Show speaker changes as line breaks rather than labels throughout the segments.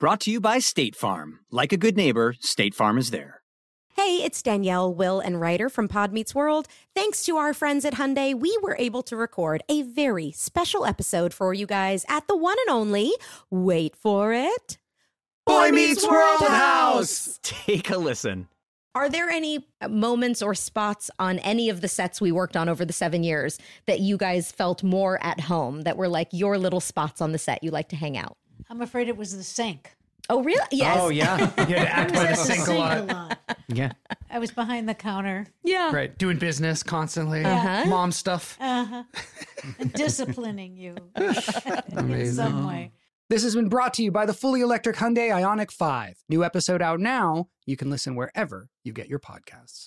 Brought to you by State Farm. Like a good neighbor, State Farm is there.
Hey, it's Danielle, Will, and Ryder from Pod Meets World. Thanks to our friends at Hyundai, we were able to record a very special episode for you guys at the one and only, wait for it,
Take a listen.
Are there any uh, moments or spots on any of the sets we worked on over the seven years that you guys felt more at home, that were like your little spots on the set you like to hang out?
I'm afraid it was the sink.
Oh, really? Yes.
Oh yeah, you had to act by the sink a lot. Yeah,
I was behind the counter.
Yeah.
right. Doing business constantly,
Uh-huh.
mom stuff.
Uh-huh. And disciplining you in
Amazing.
some way.
This has been brought to you by the fully electric Hyundai Ionic 5. New episode out now. You can listen wherever you get your podcasts.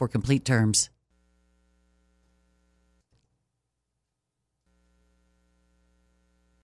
complete terms.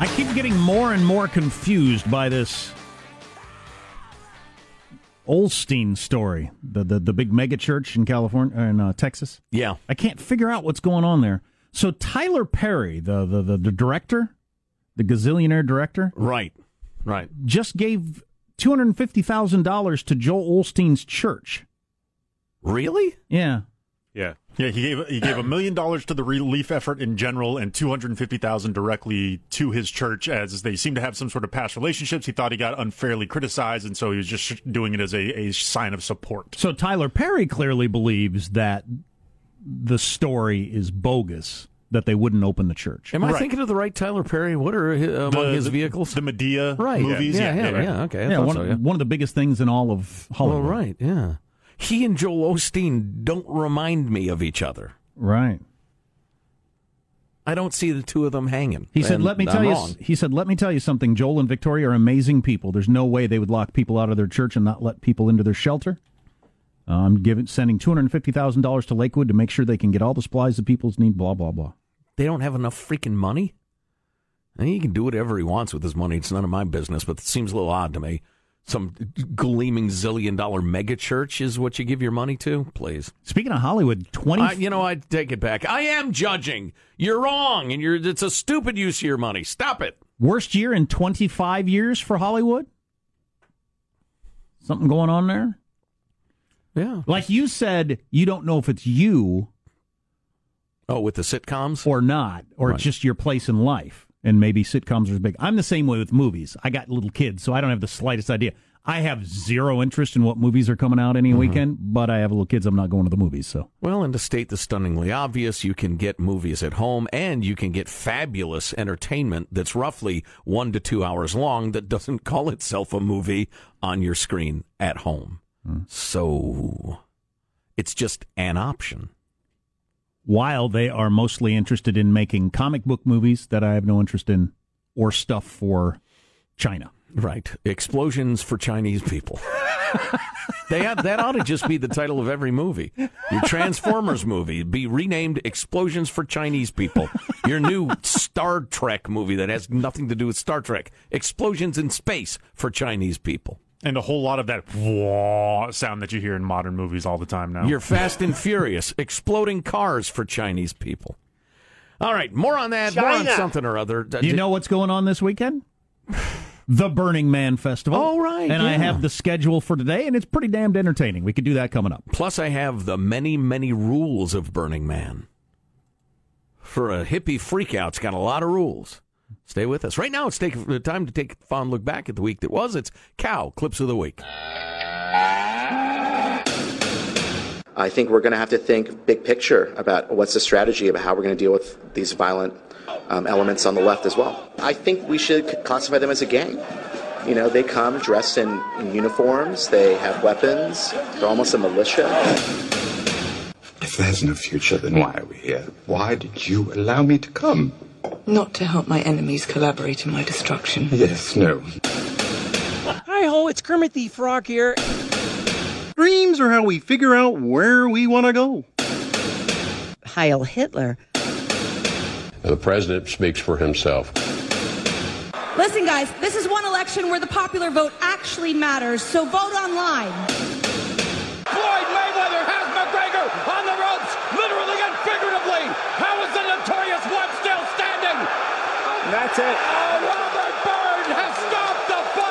I keep getting more and more confused by this Olstein story, the the, the big mega church in California in uh, Texas.
Yeah.
I can't figure out what's going on there. So Tyler Perry, the the, the, the director, the gazillionaire director,
Right. Right.
just gave two hundred fifty thousand dollars to Joel Olstein's church.
Really?
Yeah,
Yeah, yeah. He gave he gave a million dollars to the relief effort in general, and two hundred and fifty thousand directly to his church, as they seem to have some sort of past relationships. He thought he got unfairly criticized, and so he was just doing it as a, a sign of support.
So Tyler Perry clearly believes that the story is bogus, that they wouldn't open the church.
Am I
Right.
thinking of the right Tyler Perry? What are hi- among his vehicles?
the Medea
right.
movies,
Yeah, yeah, yeah.
right.
Okay. I
Yeah,
thought
one,
so, yeah.
one of the biggest things in all of
All
Hollywood.
right. Yeah. He and Joel Osteen don't remind me of each other.
Right.
I don't see the two of them hanging.
He said,
And
"Let me
I'm
tell you."
wrong.
He said, "Let me tell you something. Joel and Victoria are amazing people. There's no way they would lock people out of their church and not let people into their shelter." Uh, I'm giving sending two hundred fifty thousand dollars to Lakewood to make sure they can get all the supplies the people need. Blah blah blah.
they don't have enough freaking money. And he can do whatever he wants with his money. It's none of my business, but it seems a little odd to me. Some gleaming zillion dollar mega church is what you give your money to? Please.
Speaking of Hollywood, twenty.
I, you know, I take it back. I am judging. You're wrong, and you're it's a stupid use of your money. Stop it.
Worst year in 25 years for Hollywood? Something going on there?
Yeah.
Like you said, you don't know if it's you
Oh, with the sitcoms?
or not, or
Right.
it's just your place in life. And maybe sitcoms are big. I'm the same way with movies. I got little kids, so I don't have the slightest idea. I have zero interest in what movies are coming out any weekend, but I have little kids. I'm not going to the movies, so
Well, and to state the stunningly obvious, you can get movies at home and you can get fabulous entertainment that's roughly one to two hours long that doesn't call itself a movie on your screen at home. So it's just an option.
while they are mostly interested in making comic book movies that I have no interest in or stuff for China.
Right. Explosions for Chinese people. they have, that ought to just be the title of every movie. Your Transformers movie be renamed Explosions for Chinese People. Your new Star Trek movie that has nothing to do with Star Trek. Explosions in Space for Chinese People.
And a whole lot of that wah sound that you hear in modern movies all the time
Oh.
now.
Your Fast and Furious Exploding Cars for Chinese People. All right, more on that, more on
China.
something or other. D-
You
d-
know what's going on this weekend? The Burning Man Festival.
Oh, right,
And I
yeah.
have the schedule for today, and it's pretty damned entertaining. We could do that coming up.
Plus, I have the many, many rules of Burning Man. For a hippie freakout, it's got a lot of rules. Stay with us. Right now, it's take, time to take a fond look back at the week that was. It's Cow Clips of the Week.
I think we're going to have to think big picture about what's the strategy about how we're going to deal with these violent um, elements on the left as well. I think we should c- classify them as a gang. You know, they come dressed in, in uniforms, they have weapons, they're almost a militia.
If there's no future, then why are we here? Why did you allow me to come?
Not to help my enemies collaborate in my destruction.
Yes, no.
Hi ho, it's Kermit the Frog here. Dreams are how we figure out where we want to go.
Heil Hitler.
The president speaks for himself.
Listen, guys, this is one election where the popular vote actually matters, so vote online.
Floyd Mayweather has McGregor on the ropes, literally and figuratively. How is the notorious one still standing? That's it. Oh, Robert Byrne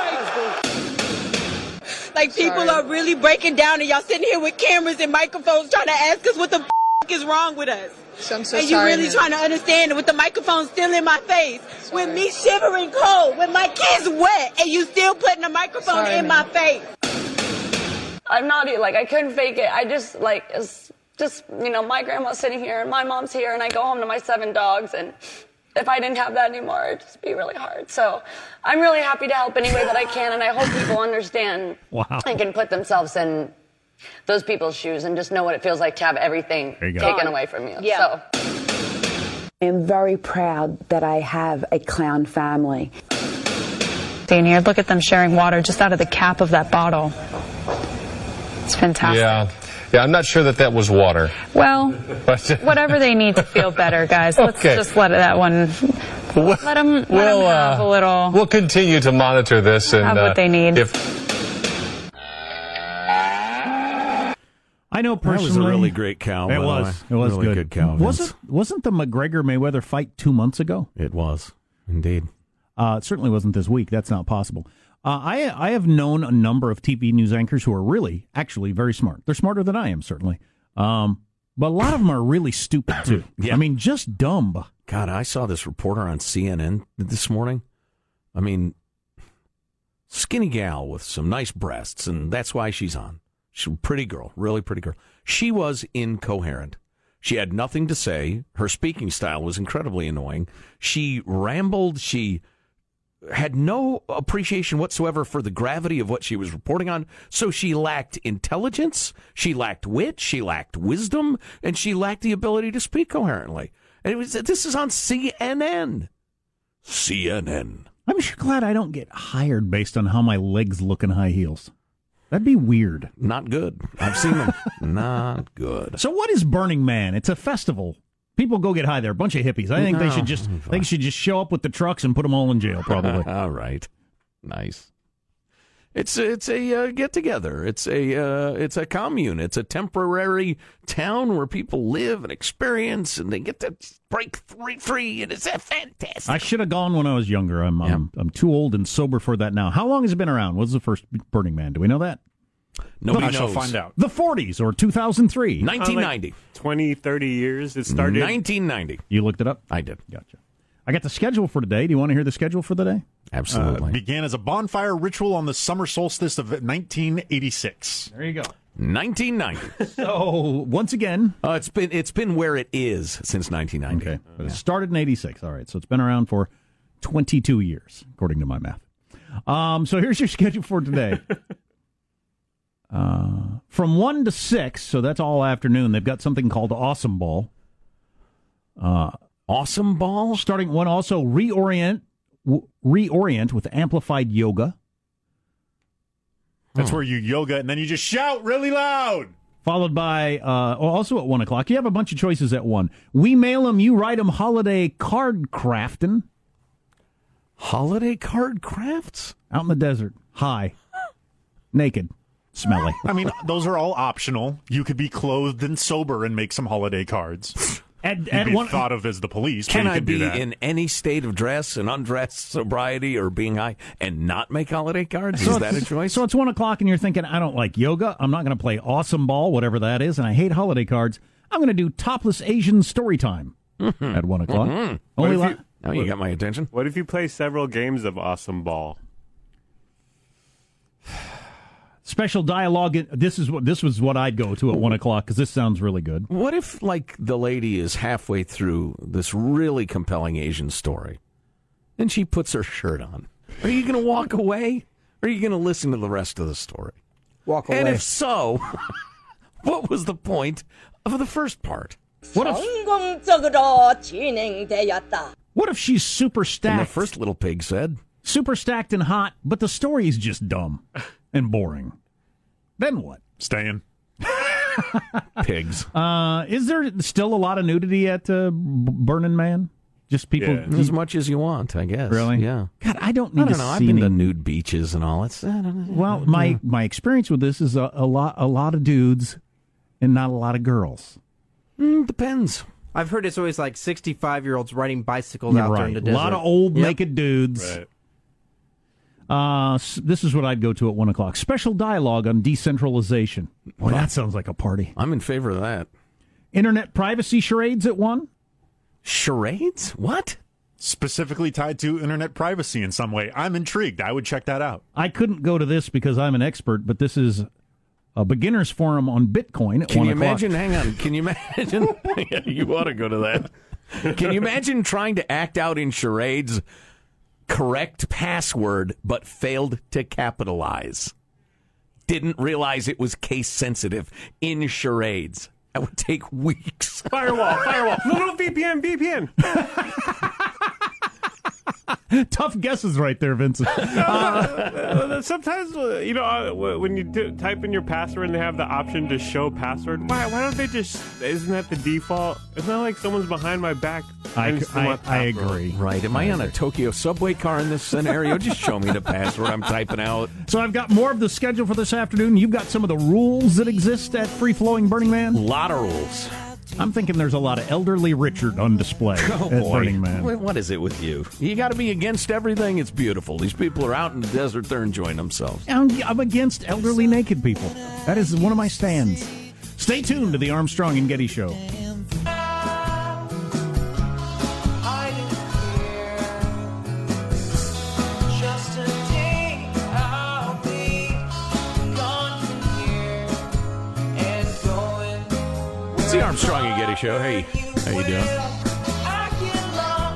has stopped the fight.
Like people are really breaking down, and y'all sitting here with cameras and microphones trying to ask us what the f- is wrong with us.
I'm so
and you
sorry,
really
man.
trying to understand it with the microphone still in my face, with me shivering cold, with Oh, my kids wet, and you still putting the microphone
Sorry,
in
man.
my face.
I'm naughty. Like I couldn't fake it. I just like it's just you know my grandma's sitting here and my mom's here and I go home to my seven dogs and if I didn't have that anymore it'd just be really hard. So I'm really happy to help any way that I can and I hope people understand
Wow.
and can put themselves in those people's shoes and just know what it feels like to have everything
There you go.
taken
Gone.
away from you.
Yeah.
So.
I am very proud that I have a clown family. Senior, look at them sharing water just out of the cap of that bottle. It's fantastic.
Yeah. Yeah, I'm not sure that that was water.
Well,
But
whatever they need to feel better, guys. Let's
Okay.
just let that one. let them, let 'em
we'll,
have
uh,
a little.
we'll continue to monitor this and uh,
Have what they need.
If
I know
That was a
personally.
really great cow, by
It
the
was.
way.
It was
Really
good.
good cow,
Was
Vince.
it, wasn't the McGregor Mayweather fight two months ago?
It was. Indeed.
Uh, it certainly wasn't this week. That's not possible. Uh, I I have known a number of TV news anchors who are really, actually, very smart. They're smarter than I am, certainly. Um, but a lot of them are really stupid too. I mean, just dumb.
God, I saw this reporter on CNN this morning. I mean, skinny gal with some nice breasts, and that's why she's on. She's a pretty girl, really pretty girl. She was incoherent. She had nothing to say. Her speaking style was incredibly annoying. She rambled. She had no appreciation whatsoever for the gravity of what she was reporting on. So she lacked intelligence, she lacked wit, she lacked wisdom, and she lacked the ability to speak coherently. And it was this is on CNN. CNN.
I'm sure glad I don't get hired based on how my legs look in high heels. That'd be weird.
Not good. I've seen them. Not good.
So what is Burning Man? It's a festival. People go get high there. A bunch of hippies. I think they
No.
should just
Oh,
they should just show up with the trucks and put them all in jail. Probably.
all right. Nice. It's it's a uh, get together. It's a uh, it's a commune. It's a temporary town where people live and experience, and they get to break free. free and it's a fantastic.
I should have gone when I was younger. I'm, I'm I'm too old and sober for that now. How long has it been around? What was the first Burning Man? Do we know that?
Nobody
The-
I shall knows. find out.
The 40s or 2003,
1990.
20, 30 years. It started.
1990.
You looked it up.
I did.
Gotcha. I got the schedule for today. Do you want to hear the schedule for the day?
Uh, began as a bonfire ritual on the summer solstice of 1986.
There you go.
1990.
so once again,
uh, it's been it's been where it is since 1990.
Okay, but it started in '86. All right, so it's been around for 22 years, according to my math. Um, so here's your schedule for today. uh, from one to six, so that's all afternoon. They've got something called Awesome Ball. Uh,
awesome Ball
starting at one. Also reorient, w- reorient with amplified yoga.
That's where you yoga and then you just shout really loud.
followed by uh, also at one o'clock. You have a bunch of choices at one. We mail them, you write them. Holiday card crafting.
Holiday card crafts
out in the desert, high, naked, smelly.
I mean, those are all optional. You could be clothed and sober and make some holiday cards.
At,
You'd be thought of as the police. but
Can
you
I
could do
be
that.
in any state of dress and undress, sobriety, or being high and not make holiday cards? Is that a choice?
So it's one o'clock, and you're thinking, I don't like yoga. I'm not going to play awesome ball, whatever that is, and I hate holiday cards. I'm going to do topless Asian story time at one o'clock.
Mhm. What
Only la-
if you- Now you got my attention.
What if you play several games of awesome ball?
special dialogue. in- This is what this was what I'd go to at one o'clock because this sounds really good.
What if, like, the lady is halfway through this really compelling Asian story and she puts her shirt on? Are you going to walk away? Or are you going to listen to the rest of the story?
Walk
And
away.
if so, what was the point of the first part? What if,
성공적으로 진행되었다.
What if she's super stacked?
the first little pig said,
super stacked and hot, but the story is just dumb and boring. Then what?
Staying.
Pigs.
Uh, is there still a lot of nudity at uh, B- Burning Man? Just people
as much as you want, I guess.
Really?
Yeah.
God, I don't need
I don't
to
know.
see
I've been to
any-
nude beaches and all. It's uh, I don't know.
Well, my my experience with this is a, a lot a lot of dudes and not a lot of girls. Mm,
depends.
I've heard it's always like 65 year olds riding bicycles out there in
right,
the
a
desert.
lot of old
Yep.
naked dudes. Uh, s- this is what I'd go to at one o'clock. Special dialogue on decentralization. Boy, that sounds like a party.
I'm in favor of that.
Internet privacy charades at one.
Charades? What?
Specifically tied to internet privacy in some way. I'm intrigued. I would check that out.
I couldn't go to this because I'm an expert, but this is a beginners forum on Bitcoin at
Can
one
you
o'clock.
imagine? Hang on. Can you imagine? yeah, you ought to go to that. Can you imagine trying to act out in charades correct password but failed to capitalize? Didn't realize it was case sensitive in charades. That would take weeks.
Firewall, firewall. No, no, VPN, VPN.
Tough guesses right there, Vincent.
Uh, Sometimes, uh, you know, uh, w- when you do, type in your password and they have the option to show password, why, why don't they just, isn't that the default? It's not like someone's behind my back. and it's my password.
Right. Am I, on a Tokyo subway car in this scenario? Just show me the password I'm typing out.
So I've got more of the schedule for this afternoon. You've got some of the rules that exist at Free Flowing Burning Man. A
lot of rules.
I'm thinking there's a lot of elderly Richard on display
Oh,
at
boy.
Burning Man.
Wait, What is it with you? You got to be against everything. It's beautiful. These people are out in the desert. They're enjoying themselves.
I'm, I'm against elderly naked people. That is one of my stands. Stay tuned to the Armstrong and Getty Show.
I Just a day I'll be gone from here and going
It's the Armstrong and Getty Show. Hey, how you doing?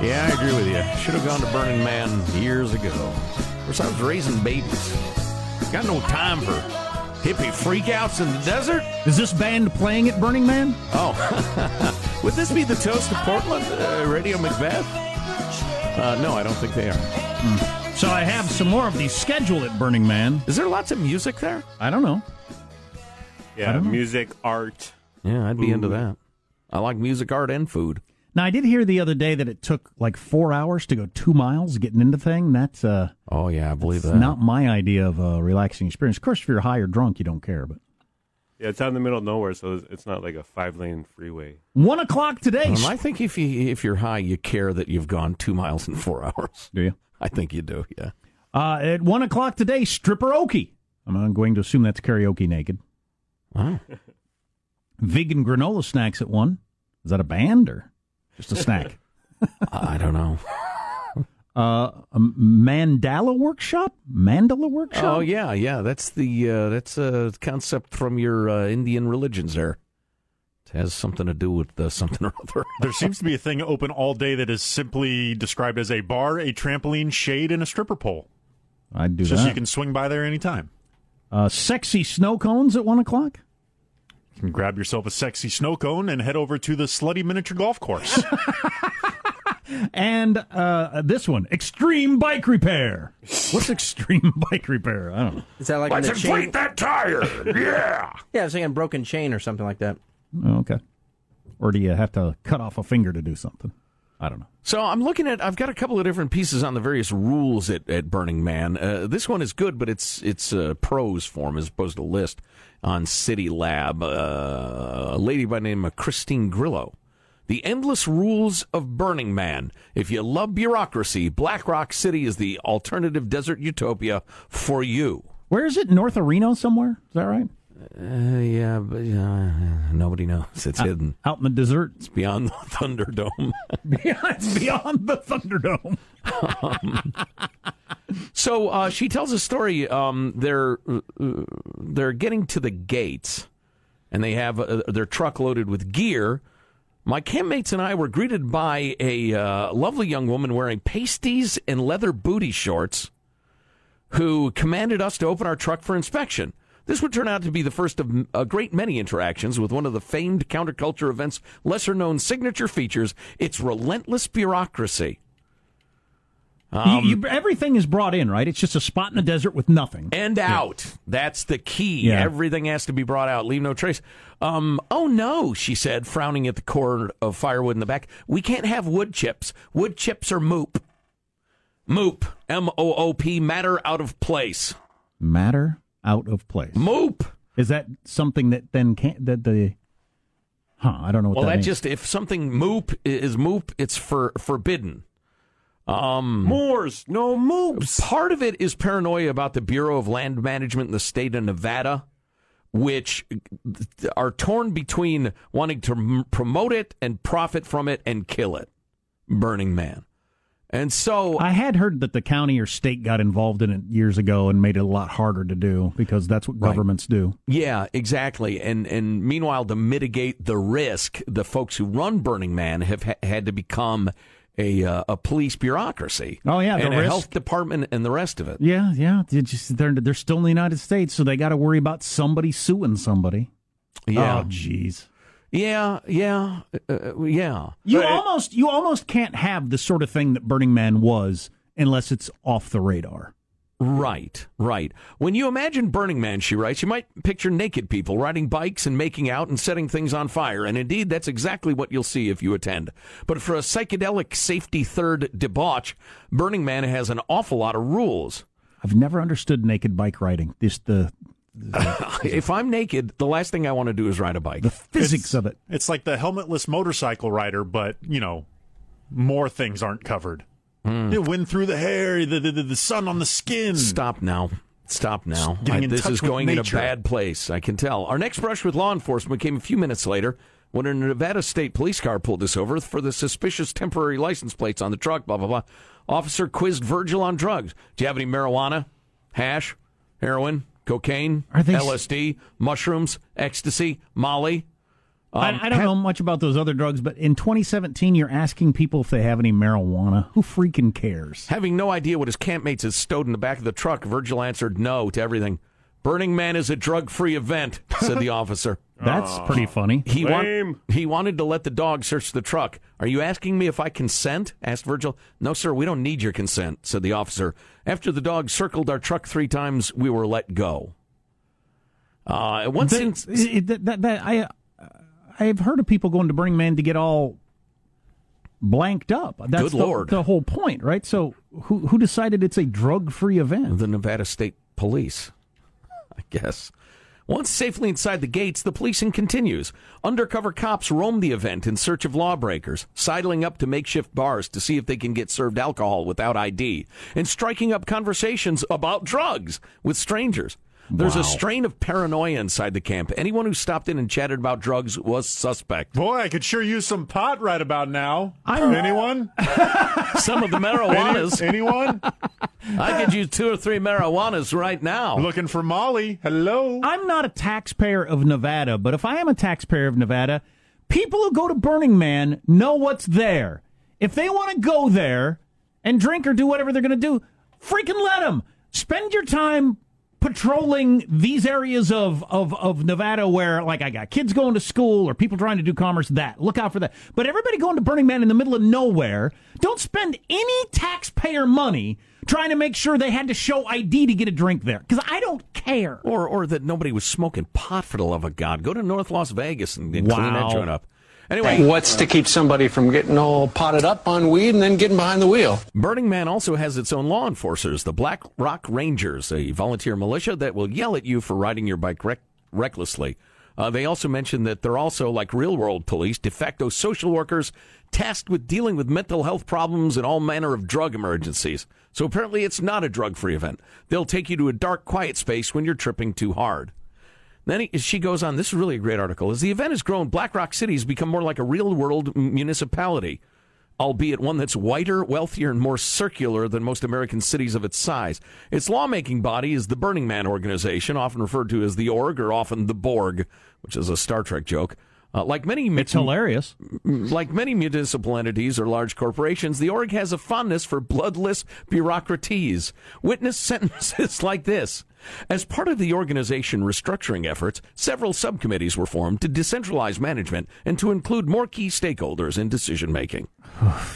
Yeah, I agree with you. Should have gone to Burning Man years ago. Of course, I was raising babies. Got no time for hippie freakouts in the desert.
Is this band playing at Burning Man?
Oh, would this be the toast of Portland, uh, Radio Macbeth? Uh, no, I don't think they are.
Hmm. So I have some more of the schedule at Burning Man.
Is there lots of music there?
I don't know. I
Yeah,
don't know.
music, art.
Yeah, I'd be into that. I like music, art, and food.
Now I did hear the other day that it took like four hours to go two miles getting into the thing. That's uh
oh yeah, I believe
that's
Uh,
that.
Not my idea of a relaxing experience. Of course, if you're high or drunk, you don't care. But
Yeah, it's out in the middle of nowhere, so it's- it's not like a five lane freeway.
one o'clock today.
Um, I think if you if you're high, you care that you've gone two miles in four hours.
Do you?
I think you do. Yeah.
Uh, at one o'clock today, stripperoki. I'm going to assume that's karaoke naked.
Wow.
Vegan granola snacks at one. Is that a band or just a
Uh,
snack?
I don't know.
Uh, a mandala workshop. Mandala workshop.
Oh yeah, yeah. That's the uh, that's a concept from your uh, Indian religions. There, it has something to do with uh, something or other.
There seems to be a thing open all day that is simply described as a bar, a trampoline, shade, and a stripper pole.
I'd do
It's just
that.
you can swing by there anytime.
Uh, sexy snow cones at one o'clock.
You can grab yourself a sexy snow cone and head over to the slutty miniature golf course.
And uh, this one, extreme bike repair. What's extreme bike repair? I don't know.
Is that like when
Let's
the chain-
inflate that tire! Yeah!
yeah, I was thinking broken chain or something like that.
Oh, okay. Or do you have to cut off a finger to do something? I don't know.
So I'm looking at. I've got a couple of different pieces on the various rules at, at Burning Man. Uh, this one is good, but it's it's uh, prose form as opposed to list on City Lab. Uh, a lady by the name of Christine Grillo. The endless rules of Burning Man. If you love bureaucracy, Black Rock City is the alternative desert utopia for you.
Where is it? North of Reno somewhere? Is that right?
Uh, yeah, but uh, nobody knows. It's
Out-
hidden
out in the desert. It's
beyond the Thunderdome.
it's beyond the Thunderdome.
Um, so uh, she tells a story. Um, they're uh, they're getting to the gates, and they have uh, their truck loaded with gear. My campmates and I were greeted by a uh, lovely young woman wearing pasties and leather booty shorts, who commanded us to open our truck for inspection. This would turn out to be the first of a great many interactions with one of the famed counterculture event's lesser known signature features its relentless bureaucracy. Um,
you, you, everything is brought in, right? It's just a spot in the desert with nothing.
and out. That's the key.
Yeah.
Everything has to be brought out. Leave no trace. Um, oh no, she said, frowning at the cord of firewood in the back. We can't have wood chips. Wood chips are moop. Moop. M O O P. Matter out of place.
Matter out of place.
Moop.
Is that something that then can't, that the, huh, I don't know what
well,
that,
that,
means.
just if something moop i- is moop, it's for forbidden. Um, Moors, no moops. Part of it is paranoia about the Bureau of Land Management in the state of Nevada, which are torn between wanting to m- promote it and profit from it and kill it. Burning Man, and so
I had heard that the county or state got involved in it years ago and made it a lot harder to do because that's what governments do.
Yeah, exactly. And and meanwhile, to mitigate the risk, the folks who run Burning Man have ha- had to become a uh, a police bureaucracy.
Oh, yeah, the
and a
risk-
health department and the rest of it.
Yeah, yeah. They just, they're they're still in the United States, so they got to worry about somebody suing somebody.
Yeah.
Oh, jeez.
Yeah, yeah, uh, yeah.
You almost you almost can't have the sort of thing that Burning Man was unless it's off the radar.
Right, right. When you imagine Burning Man, she writes, you might picture naked people riding bikes and making out and setting things on fire. And indeed, that's exactly what you'll see if you attend. But for a psychedelic safety third debauch, Burning Man has an awful lot of rules.
I've never understood naked bike riding. This the
if I'm naked, the last thing I want to do is ride a bike.
physics of it.
It's like the helmetless motorcycle rider, but, you know, more things aren't covered.
Hmm.
The wind through the hair, the, the, the- the sun on the skin.
Stop now. Stop now.
Getting
I-
in
this
touch
is
with
going
nature.
in a bad place. I can tell. Our next brush with law enforcement came a few minutes later when a Nevada state police car pulled us over for the suspicious temporary license plates on the truck. Blah blah blah. Officer quizzed Virgil on drugs. Do you have any marijuana, hash, heroin, cocaine,
Are they-
LSD, mushrooms, ecstasy, Molly? Um,
I, I don't know much about those other drugs, but in 2017, you're asking people if they have any marijuana. Who freaking cares?
Having no idea what his campmates had stowed in the back of the truck, Virgil answered no to everything. Burning Man is a drug free event, said the officer.
That's pretty funny.
He, want, he wanted to let the dog search the truck. Are you asking me if I consent? asked Virgil. No, sir, we don't need your consent, said the officer. After the dog circled our truck three times, we were let go. Uh, at one
That-
instance-
it- it- that- that- I, I've heard of people going to Burning Man to get all blanked up. That's
Good
the,
Lord.
the whole point, right? So who who decided it's a drug-free event?
The Nevada State Police, I guess. Once safely inside the gates, the policing continues. Undercover cops roam the event in search of lawbreakers, sidling up to makeshift bars to see if they can get served alcohol without ID, and striking up conversations about drugs with strangers. There's
Wow.
a strain of paranoia inside the camp. Anyone who stopped in and chatted about drugs was suspect.
Boy, I could sure use some pot right about now. Anyone?
Some of the marijuanas.
Any- anyone?
I could use two or three marijuanas right now.
Looking for Molly. Hello.
I'm not a taxpayer of Nevada, but if I am a taxpayer of Nevada, people who go to Burning Man know what's there. If they want to go there and drink or do whatever they're going to do, freaking let them. Spend your time patrolling these areas of, of, of Nevada where, like, I got kids going to school or people trying to do commerce, that. Look out for that. But everybody going to Burning Man in the middle of nowhere, don't spend any taxpayer money trying to make sure they had to show ID to get a drink there because I don't care.
Or, or that nobody was smoking pot for the love of God. Go to North Las Vegas and, and clean that
Wow.
joint up. Anyway,
What's to keep somebody from getting all potted up on weed and then getting behind the wheel?
Burning Man also has its own law enforcers, the Black Rock Rangers, a volunteer militia that will yell at you for riding your bike rec- recklessly. Uh, they also mentioned that they're also, like real world police, de facto social workers tasked with dealing with mental health problems and all manner of drug emergencies. So apparently, it's not a drug free event. They'll take you to a dark, quiet space when you're tripping too hard. Then he, she goes on. This is really a great article. As the event has grown, Black Rock City has become more like a real world m- municipality, albeit one that's whiter, wealthier, and more circular than most American cities of its size. Its lawmaking body is the Burning Man organization, often referred to as the Org or often the Borg, which is a Star Trek joke. Uh, like many, it's
hilarious.
Like many municipal entities or large corporations, the org has a fondness for bloodless bureaucraties. Witness sentences like this. As part of the organization restructuring efforts, several subcommittees were formed to decentralize management and to include more key stakeholders in decision making.
I,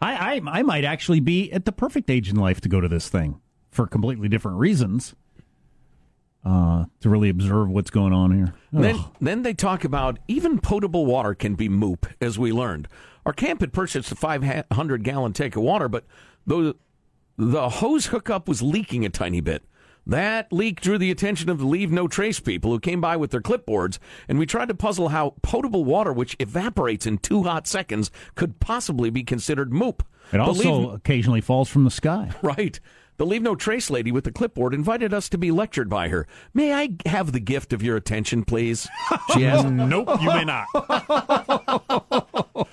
I I might actually be at the perfect age in life to go to this thing for completely different reasons. Uh, to really observe what's going on here.
Then, then they talk about even potable water can be moop, as we learned. Our camp had purchased a 500 gallon tank of water, but though the hose hookup was leaking a tiny bit. That leak drew the attention of the Leave No Trace people who came by with their clipboards, and we tried to puzzle how potable water, which evaporates in two hot seconds, could possibly be considered moop.
It
The
also
Leave-
occasionally falls from the sky.
Right. The Leave No Trace lady with the clipboard invited us to be lectured by her. May I have the gift of your attention, please? She asked.
nope, you may not.
oh,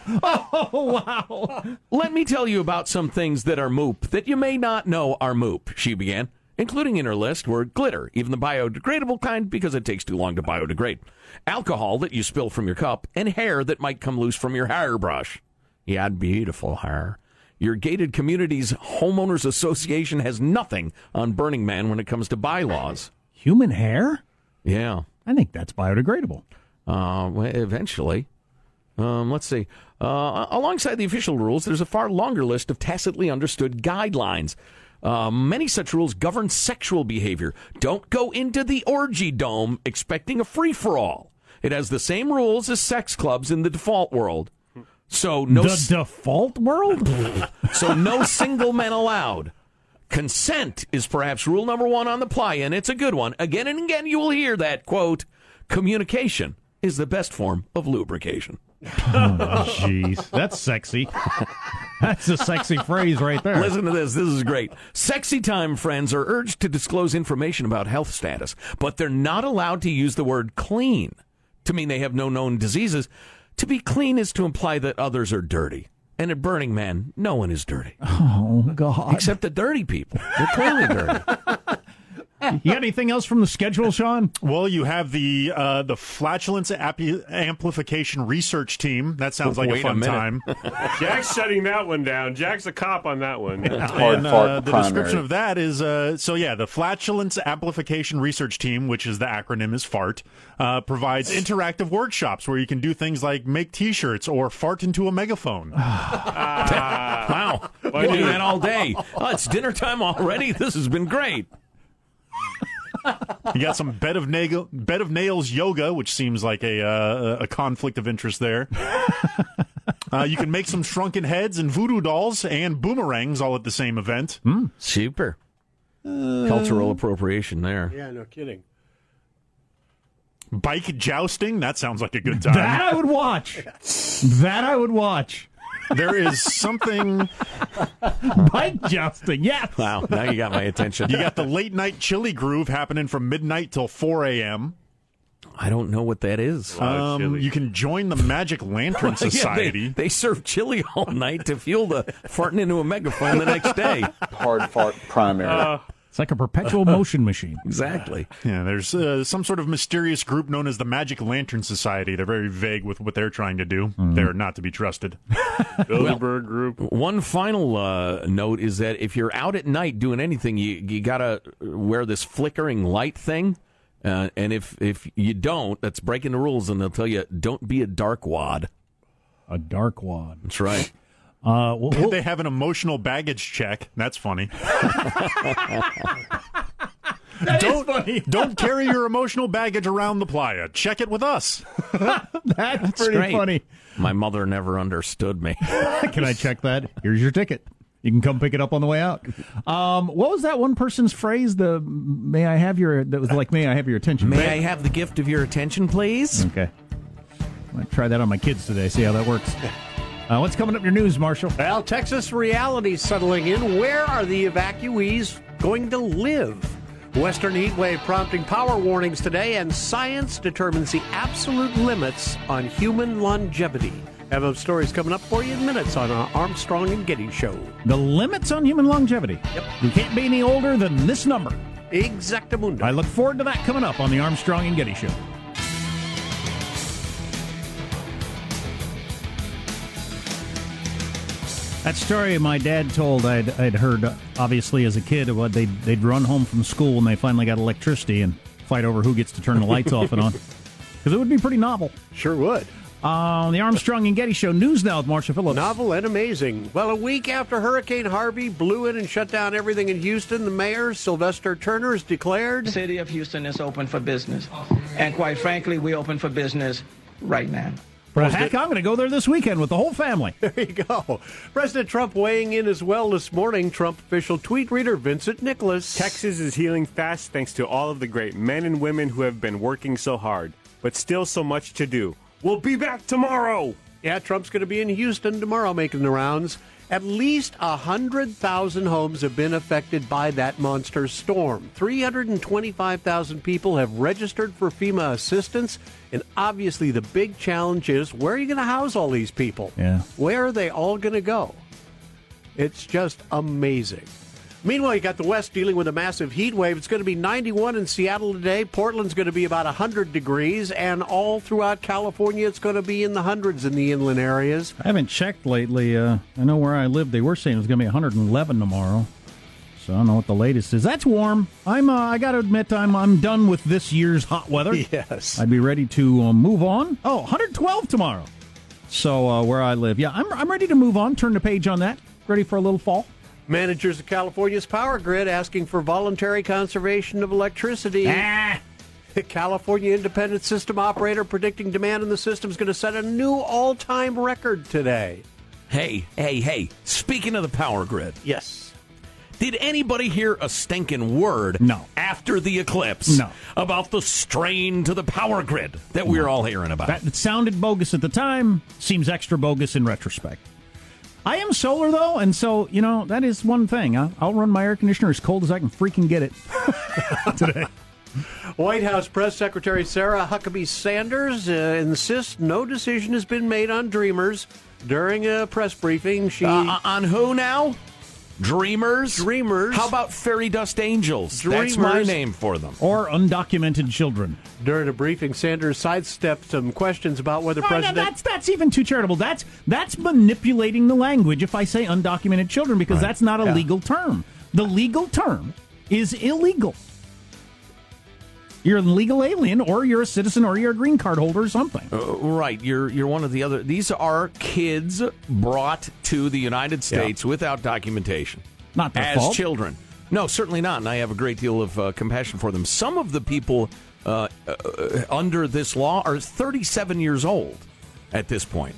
wow. Let me tell you about some things that are moop that you may not know are moop, she began, including in her list were glitter, even the biodegradable kind because it takes too long to biodegrade, alcohol that you spill from your cup, and hair that might come loose from your hairbrush. You had beautiful hair. Your gated community's homeowners association has nothing on Burning Man when it comes to bylaws.
Human hair?
Yeah.
I think that's biodegradable.
Uh, well, eventually. Um, let's see. Uh, alongside the official rules, there's a far longer list of tacitly understood guidelines. Uh, many such rules govern sexual behavior. Don't go into the orgy dome expecting a free for all. It has the same rules as sex clubs in the default world. So no
the
s-
default world?
so no single men allowed. Consent is perhaps rule number one on the ply, and it's a good one. Again and again, you will hear that quote: "Communication is the best form of lubrication."
Jeez, that's sexy. That's a sexy phrase right there.
Listen to this. This is great. Sexy time friends are urged to disclose information about health status, but they're not allowed to use the word clean to mean they have no known diseases. To be clean is to imply that others are dirty. And at Burning Man, no one is dirty.
Oh God!
Except the dirty people. They're clearly dirty.
You got anything else from the schedule, Sean?
Well, you have the uh, the flatulence ap- amplification research team. That sounds like
Wait
a
a
fun
minute.
time.
Jack's shutting that one down. Jack's a cop on that one.
and, uh, the description of that is uh, so yeah the flatulence amplification research team which is the acronym is fart uh, provides interactive workshops where you can do things like make t-shirts or fart into a megaphone
wow
Why
Doing
do-
that all day. Oh, it's dinner time already. This has been great.
you got some bed of, nagel- bed of nails yoga which seems like a, uh, a conflict of interest there Uh, you can make some shrunken heads and voodoo dolls and boomerangs all at the same event.
Super. Cultural appropriation there.
Yeah, no kidding.
Bike jousting. That sounds like a good time.
That I would watch. that I would watch.
There is something.
Bike jousting. Yes.
Wow. Now you got my attention.
You got the late night chili groove happening from midnight till 4 a.m.
I don't know what that is.
Um, you can join the Magic Lantern
Yeah, they-
Society.
they, serve chili all night to fuel the farting into a megaphone the next day.
Hard fart primary.
Uh,
It's like a perpetual motion machine.
Exactly.
Yeah, there's uh, some sort of mysterious group known as the Magic Lantern Society. They're very vague with what they're trying to do. They're not to be trusted.
Bilderberg Group. One final uh, note is that if you're out at night doing anything, you you gotta wear this flickering light thing. Uh, and if if you don't, that's breaking the rules, and they'll tell you don't be a dark wad.
A dark wad.
That's right.
Uh,
they have an emotional baggage check. That's funny. don't, don't carry your emotional baggage around the playa. Check it with us.
That's pretty
great.
funny.
My mother never understood me.
Can I check that? Here's your ticket. You can come pick it up on the way out. Um, what was that one person's phrase? The "May I have your" that was like "May I have your attention."
May I have the gift of your attention, please?
Okay. I might try that on my kids today. See how that works. Uh, what's coming up in your news, Marshall?
Well, Texas reality settling in. Where are the evacuees going to live? Western heat wave prompting power warnings today, and science determines the absolute limits on human longevity. Have those stories coming up for you in minutes on our Armstrong and Getty show.
The limits on human longevity. Yep. We can't be any older than this number.
Exactamundo.
I look forward to that coming up on the Armstrong and Getty Show. That story my dad told, I'd, I'd heard, uh, obviously, as a kid, of what they'd, they'd run home from school when they finally got electricity and fight over who gets to turn the lights off and on. Because it would be pretty novel.
Sure would.
Uh, the Armstrong and Getty Show news now with Marsha Phillips.
Novel and amazing. Well, a week after Hurricane Harvey blew in and shut down everything in Houston, the mayor, Sylvester Turner, has declared
City of Houston is open for business. And quite frankly, we open for business right now.
Well, heck, I'm going to go there this weekend with the whole family.
There you go. President Trump weighing in as well this morning. Trump official tweet reader Vincent Nicholas.
Texas is healing fast thanks to all of the great men and women who have been working so hard, but still so much to do. We'll be back tomorrow.
Yeah, Trump's going to be in Houston tomorrow making the rounds. At least 100,000 homes have been affected by that monster storm. 325,000 people have registered for FEMA assistance. And obviously, the big challenge is where are you going to house all these people?
Yeah.
Where are they all going to go? It's just amazing. Meanwhile, you got the West dealing with a massive heat wave. It's going to be 91 in Seattle today. Portland's going to be about 100 degrees, and all throughout California, it's going to be in the hundreds in the inland areas.
I haven't checked lately. Uh, I know where I live. They were saying it was going to be 111 tomorrow, so I don't know what the latest is. That's warm. I'm. Uh, I got to admit, I'm. I'm done with this year's hot weather.
Yes.
I'd be ready to uh, move on. Oh, 112 tomorrow. So uh, where I live, yeah, I'm. I'm ready to move on. Turn the page on that. Ready for a little fall.
Managers of California's power grid asking for voluntary conservation of electricity. The California Independent System Operator predicting demand in the system is going to set a new all time record today.
Hey, hey, hey. Speaking of the power grid.
Yes.
Did anybody hear a stinking word
no.
after the eclipse
No.
about the strain to the power grid that we we're all hearing about?
That it sounded bogus at the time. Seems extra bogus in retrospect. I am solar though, and so you know that is one thing. I, I'll run my air conditioner as cold as I can freaking get it.
White House Press Secretary Sarah Huckabee Sanders uh, insists no decision has been made on Dreamers. During a press briefing, she.
Uh, on who now? Dreamers?
Dreamers.
How about Fairy Dust Angels? That's my
Dreamers.
name for them.
or undocumented children.
During a briefing, Sanders sidestepped some questions about whether President.
that's that's even too charitable. That's that's manipulating the language. If I say undocumented children, because
Right.
that's not a
Yeah.
legal term. The legal term is illegal. You're an illegal alien, or you're a citizen, or you're a green card holder, or something.
Uh, right, you're you're one of the other. These are kids brought to the United States without documentation,
Not their
as
fault.
children. No, certainly not. And I have a great deal of uh, compassion for them. Some of the people uh, uh, under this law are 37 years old at this point.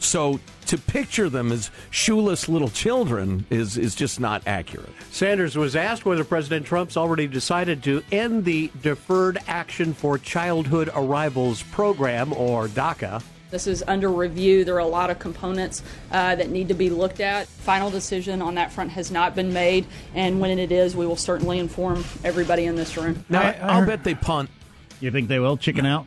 So to picture them as shoeless little children is, is just not accurate.
Sanders was asked whether President Trump's already decided to end the Deferred Action for Childhood Arrivals program, or DACA.
This is under review. There are a lot of components uh, that need to be looked at. Final decision on that front has not been made, and when it is, we will certainly inform everybody in this room.
I, I'll bet they punt.
You think they will chicken out?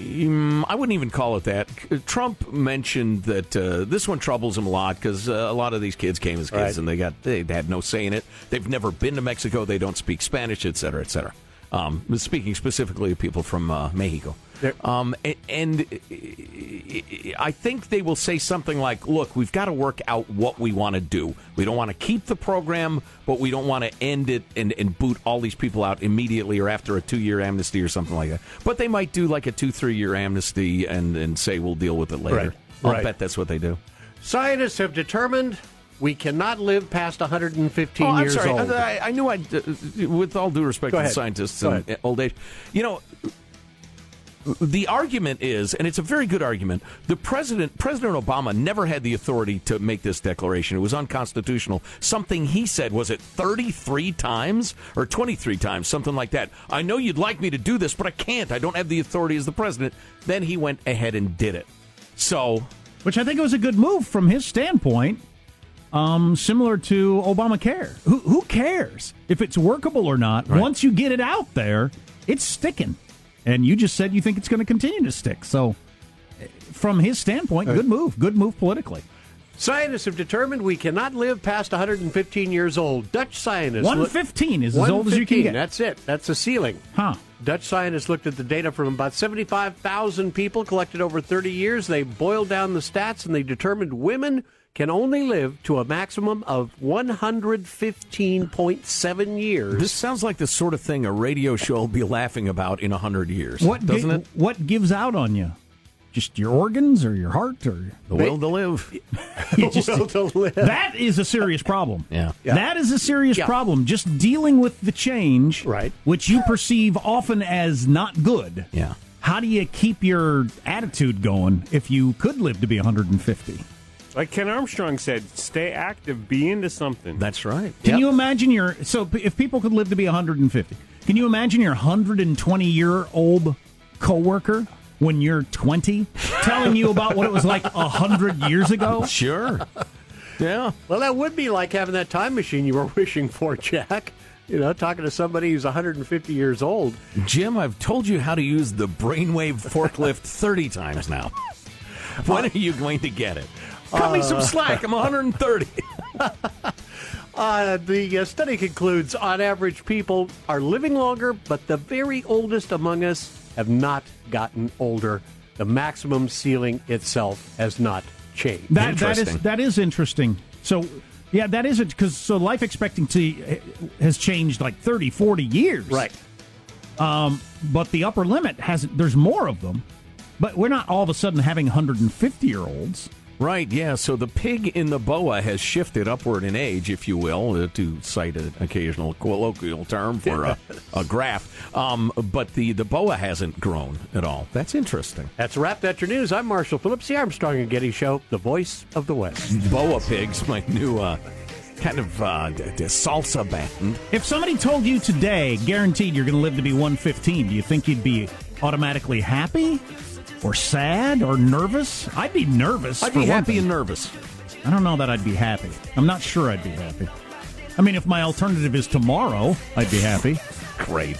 I wouldn't even call it that. C- Trump mentioned that uh, this one troubles him a lot because uh, a lot of these kids came as kids
Right.
and they got they had no say in it. They've never been to Mexico. They don't speak Spanish, et cetera, et cetera. Um, speaking specifically of people from uh, Mexico. Um, a- and, uh, I think they will say something like, "Look, we've got to work out what we want to do. We don't want to keep the program, but we don't want to end it and, and boot all these people out immediately or after a two-year amnesty or something like that." But they might do like a two, three-year amnesty and and say we'll deal with it later.
Right.
I'll
Right.
bet that's what they do.
Scientists have determined we cannot live past 115
Oh, I'm
years
sorry.
old.
I, I knew I, with all due respect
Go
to the
ahead.
scientists
Go
and
ahead.
old age, you know, the argument is, and it's a very good argument. The president, President Obama, never had the authority to make this declaration. It was unconstitutional. Something he said was it 33 times or 23 times, something like that. I know you'd like me to do this, but I can't. I don't have the authority as the president. Then he went ahead and did it. So
Which I think it was a good move from his standpoint. Um, similar to Obamacare. Who, who cares if it's workable or not? Once you get it out there, it's sticking. And you just said you think it's going to continue to stick. So, eh, from his standpoint, good move. Good move politically.
Scientists have determined we cannot live past 115 years old. Dutch scientists.
115 is as old as you can
115,
get.
That's it. That's the ceiling.
Huh.
Dutch scientists looked at the data from about 75,000 people collected over 30 years. They boiled down the stats and they determined women can only live to a maximum of 115.7 years.
this sounds like the sort of thing a radio show will be laughing about in 100 years,
What
doesn't
gi-
it?
What gives out on you? Just your organs or your heart or
The will to live.
You just-
The will to live.
That is a serious problem.
Yeah.
That is a serious
Yeah.
problem. Just dealing with the change, right. which you perceive often as not good.
Yeah.
How do you keep your attitude going if you could live to be 150?
Like Ken Armstrong said, stay active, be into something.
That's right.
Can you imagine your so p- if people could live to be 150? Can you imagine your 120 year old coworker when you're 20 telling you about what it was like 100 years ago?
Sure. Yeah.
Well, that would be like having that time machine you were wishing for, Jack. You know, talking to somebody who's 150 years old.
Jim, I've told you how to use the brainwave forklift 30 times now. When are you going to get it? Cut me some
Uh,
slack. I'm 130.
Uh, the uh, study concludes on average, people are living longer, but the very oldest among us have not gotten older. The maximum ceiling itself has not changed.
That that is that is interesting. So yeah, that is it because so life expectancy eh, has changed like 30, 40 years. Right. Um, but the upper limit hasn't. There's more of them, but we're not all of a sudden having 150 year olds.
Right, yeah. So the pig in the boa has shifted upward in age, if you will, uh, to cite an occasional colloquial term for a, a graph. Um, but the, the boa hasn't grown at all. That's interesting.
That's a wrap. That's your news. I'm Marshall Phillips, the Armstrong and Getty Show, the voice of the West.
Boa pig's my new uh, kind of uh, d- d- salsa band.
If somebody told you today, guaranteed you're going to live to be 115, do you think you'd be automatically happy, or sad, or nervous? I'd be nervous.
I'd be
for one
happy
thing.
and nervous.
I don't know that I'd be happy. I'm not sure I'd be happy. I mean, if my alternative is tomorrow, I'd be happy.
Great.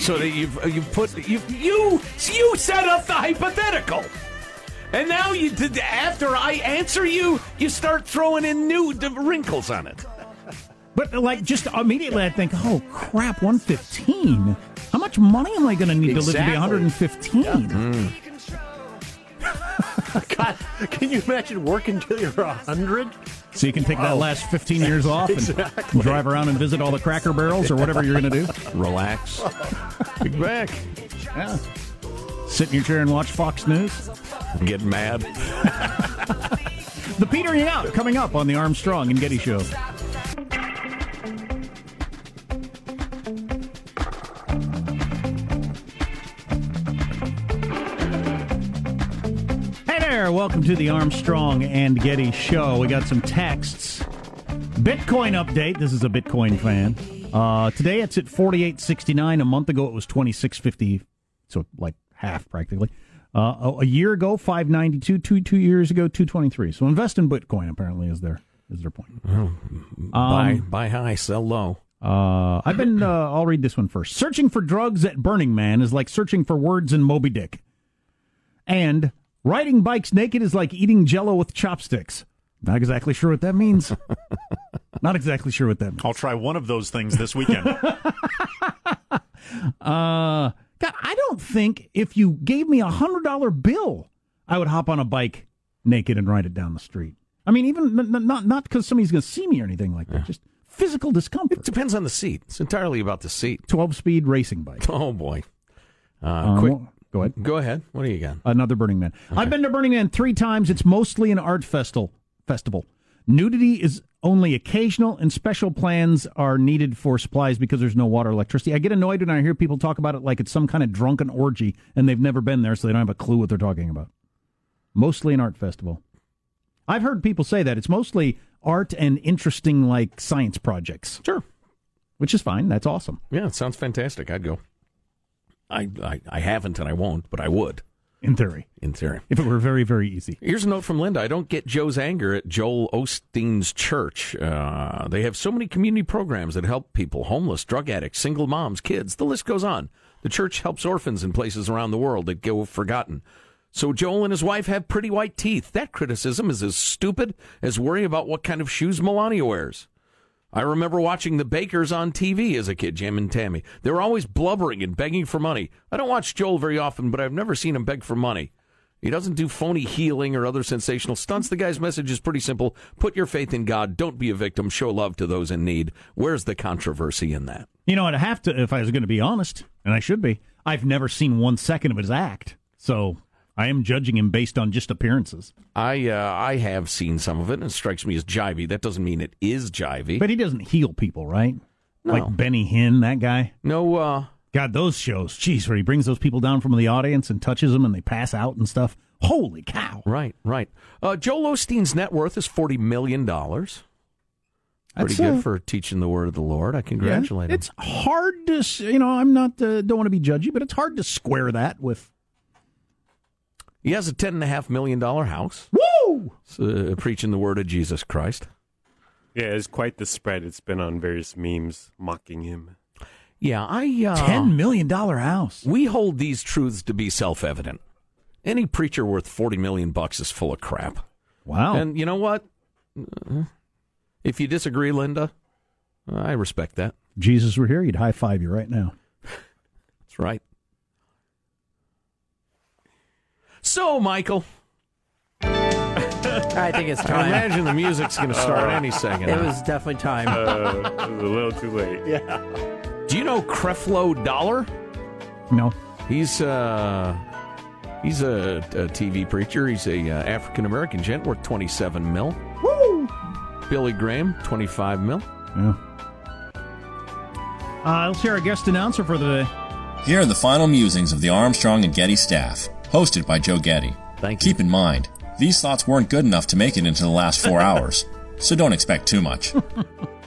So that you've uh, you've put you you you set up the hypothetical, and now you did after I answer you, you start throwing in new d- wrinkles on it.
But like, just immediately, I think, oh crap, 115. How much money am I going to need to live to
Exactly.
be 115?
Mm.
Mm.
God, can you imagine working till you're 100?
So you can take that
Wow.
last 15 years off and
Exactly.
drive around and visit all the Cracker Barrels or whatever you're going to do.
Relax. Kick back.
Yeah. Sit in your chair and watch Fox News.
Get mad.
the petering out coming up on the Armstrong and Getty Show. Hey there, there. Welcome to the Armstrong and Getty Show. We got some texts. Bitcoin update. This is a Bitcoin fan. Uh, today it's at 48.69. A month ago it was 26.50. So like half practically. Uh, a- a year ago, 592. Two, two years ago, 223. So invest in Bitcoin apparently is their, is their point. Um,
buy, buy high, sell low.
Uh, I've been. Uh, I'll read this one first. Searching for drugs at Burning Man is like searching for words in Moby Dick, and riding bikes naked is like eating Jello with chopsticks. Not exactly sure what that means. Not exactly sure what that means.
I'll try one of those things this weekend.
Uh, God, I don't think if you gave me a hundred dollar bill, I would hop on a bike naked and ride it down the street. I mean, even n- n- not not because somebody's going to see me or anything like that. Just physical discomfort. It
depends on the seat. It's entirely about the seat.
Twelve speed racing bike.
Oh boy. Uh,
Um, Uh,
quick.
Go ahead.
Go ahead. What do you got?
Another Burning Man. I've been to Burning Man three times. It's mostly an art festival. Festival. Nudity is only occasional, and special plans are needed for supplies because there's no water, electricity. I get annoyed when I hear people talk about it like it's some kind of drunken orgy, and they've never been there, so they don't have a clue what they're talking about. Mostly an art festival. I've heard people say that it's mostly art and interesting, like science projects.
Sure,
which is fine. That's awesome.
Yeah, it sounds fantastic. I'd go. I, I I haven't and I won't, but I would
in theory.
in theory.
If it were very, very easy.
Here's a note from Linda. I don't get Joe's anger at Joel Osteen's church. Uh, they have so many community programs that help people homeless, drug addicts, single moms, kids. The list goes on. The church helps orphans in places around the world that go forgotten. So Joel and his wife have pretty white teeth. That criticism is as stupid as worry about what kind of shoes Melania wears. I remember watching the Bakers on TV as a kid, Jim and Tammy. They were always blubbering and begging for money. I don't watch Joel very often, but I've never seen him beg for money. He doesn't do phony healing or other sensational stunts. The guy's message is pretty simple put your faith in God, don't be a victim, show love to those in need. Where's the controversy in that?
You know, I'd have to, if I was going to be honest, and I should be, I've never seen one second of his act. So I am judging him based on just appearances.
I uh, I have seen some of it, and it strikes me as jivey. That doesn't mean it is jivey.
But he doesn't heal people, right?
No.
Like Benny Hinn, that guy.
No, uh.
God, those shows, geez, where he brings those people down from the audience and touches them and they pass out and stuff. Holy cow.
Right, right. Uh, Joel Osteen's net worth is $40 million. Pretty
That's,
good
uh,
for teaching the word of the Lord. I congratulate
Yeah.
him.
It's hard to, s- you know, I'm not, uh, don't want to be judgy, but it's hard to square that with,
He has a $10.5 million house.
Woo!
Uh, preaching the word of Jesus Christ.
Yeah, it's quite the spread. It's been on various memes mocking him.
Yeah, I. Uh,
$10 million house.
We hold these truths to be self evident. Any preacher worth 40 million bucks is full of crap.
Wow.
And you know what? Uh, If you disagree, Linda, I respect that.
Jesus were here, he'd high five you right now.
That's right. So, Michael.
I think it's
I
time.
imagine the music's gonna start any second
It
now.
was definitely time.
it was a little too late.
Yeah.
Do you know Creflo Dollar?
No.
He's uh he's a, a TV preacher. He's a uh, African American gent worth 27 mil.
Woo!
Billy Graham 25 mil.
Yeah. Uh, let's hear our guest announcer for the day.
Here are the final musings of the Armstrong and Getty staff, hosted by Joe Getty.
Thank
you. Keep in mind, these thoughts weren't good enough to make it into the last four hours, so don't expect too much.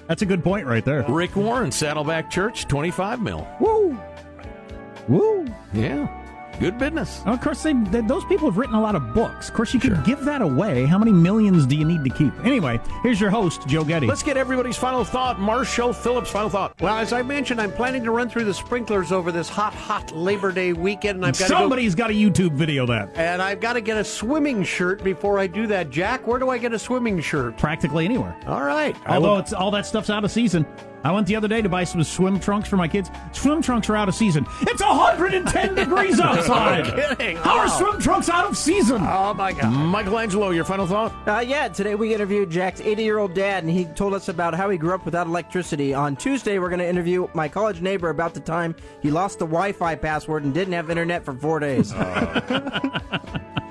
That's a good point right there.
Rick Warren Saddleback Church 25 mil.
Woo! Woo!
Yeah. Good business.
of course, they, th those people have written a lot of books. Of course, you could give that away. How many millions do you need to keep? Anyway, here's your host, Joe Getty.
Let's get everybody's final thought. Marshall Phillips final thought.
Well, as I mentioned, I'm planning to run through the sprinklers over this hot, hot Labor Day weekend. And I've got
Somebody's got a YouTube video of that.
and I've got to get a swimming shirt before I do that. Jack, where do I get a swimming shirt?
Practically anywhere.
All right. I
Although
will-
it's all that stuff's out of season. I went the other day to buy some swim trunks for my kids. Swim trunks are out of season. It's 110 degrees outside.
No kidding.
How are
Wow.
swim trunks out of season?
Oh my God,
Michelangelo, your final thought?
Uh, yeah, today we interviewed Jack's 80 year old dad, and he told us about how he grew up without electricity. On Tuesday, we're going to interview my college neighbor about the time he lost the Wi Fi password and didn't have internet for four days.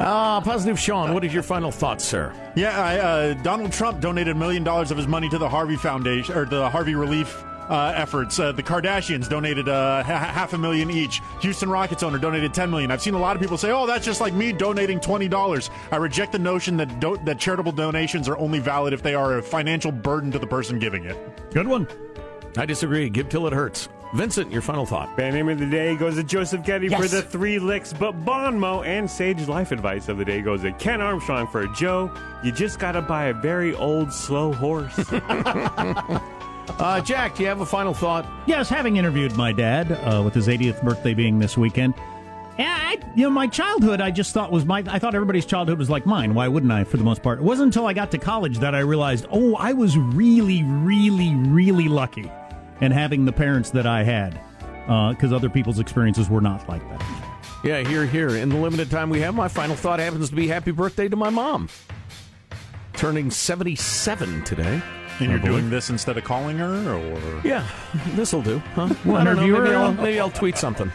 Ah, positive Sean, what is your final thought, sir?
Yeah, I, uh, Donald Trump donated a million dollars of his money to the Harvey Foundation or the Harvey Relief uh, efforts. Uh, the Kardashians donated uh, ha- half a million each. Houston Rockets owner donated ten million. I've seen a lot of people say, "Oh, that's just like me donating twenty dollars." I reject the notion that do- that charitable donations are only valid if they are a financial burden to the person giving it.
Good one.
I disagree. Give till it hurts. Vincent, your final thought.
Band name of the day goes to Joseph Getty for
Yes.
the three licks, but Bonmo and Sage Life Advice of the day goes to Ken Armstrong for Joe. You just gotta buy a very old slow horse.
Uh, Jack, do you have a final thought?
Yes, having interviewed my dad uh, with his 80th birthday being this weekend, yeah, I, you know, my childhood I just thought was my. I thought everybody's childhood was like mine. Why wouldn't I? For the most part, it wasn't until I got to college that I realized, oh, I was really, really, really lucky, in having the parents that I had, because other people's experiences were not like that.
Yeah, here, here. In the limited time we have, my final thought happens to be happy birthday to my mom. Turning 77 today.
And
I
you're
believe.
doing this instead of calling her, or
Yeah, this will do. Huh?
Well,
I don't know.
interviewer,
Maybe I'll,
uh,
maybe I'll tweet something.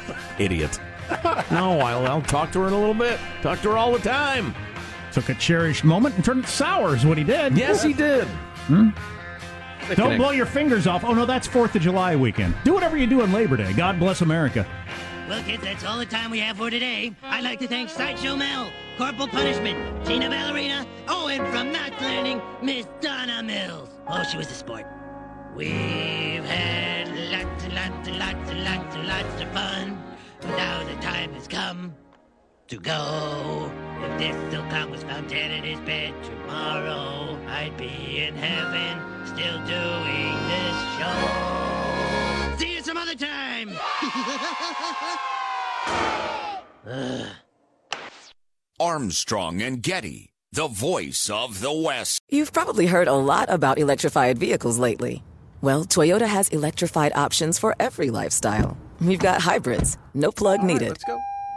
Idiot. no, I'll, I'll talk to her in a little bit. Talk to her all the time.
Took a cherished moment and turned it sour is what he did.
Yes, he did.
Hmm? Don't
Sickening.
blow your fingers off. Oh no, that's Fourth of July weekend. Do whatever you do on Labor Day. God bless America.
Well, kids, that's all the time we have for today. I'd like to thank Sideshow Mel, Corporal Punishment, Gina Ballerina, oh, and from Knots Landing, Miss Donna Mills. Oh, she was a sport. We've had lots and lots and lots and lots and lots of fun. Now the time has come to go. If this silk clown was found dead in his bed tomorrow, I'd be in heaven still doing this show. See you some other time! Ugh.
Armstrong and Getty, the voice of the West.
You've probably heard a lot about electrified vehicles lately. Well, Toyota has electrified options for every lifestyle. We've got hybrids, no plug needed. let's go.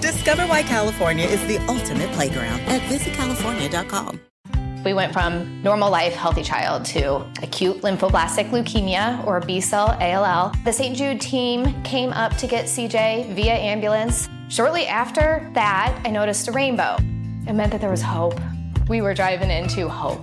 Discover why California is the ultimate playground at visitcalifornia.com.
We went from normal life, healthy child to acute lymphoblastic leukemia or B cell ALL. The St. Jude team came up to get CJ via ambulance. Shortly after that, I noticed a rainbow. It meant that there was hope. We were driving into hope.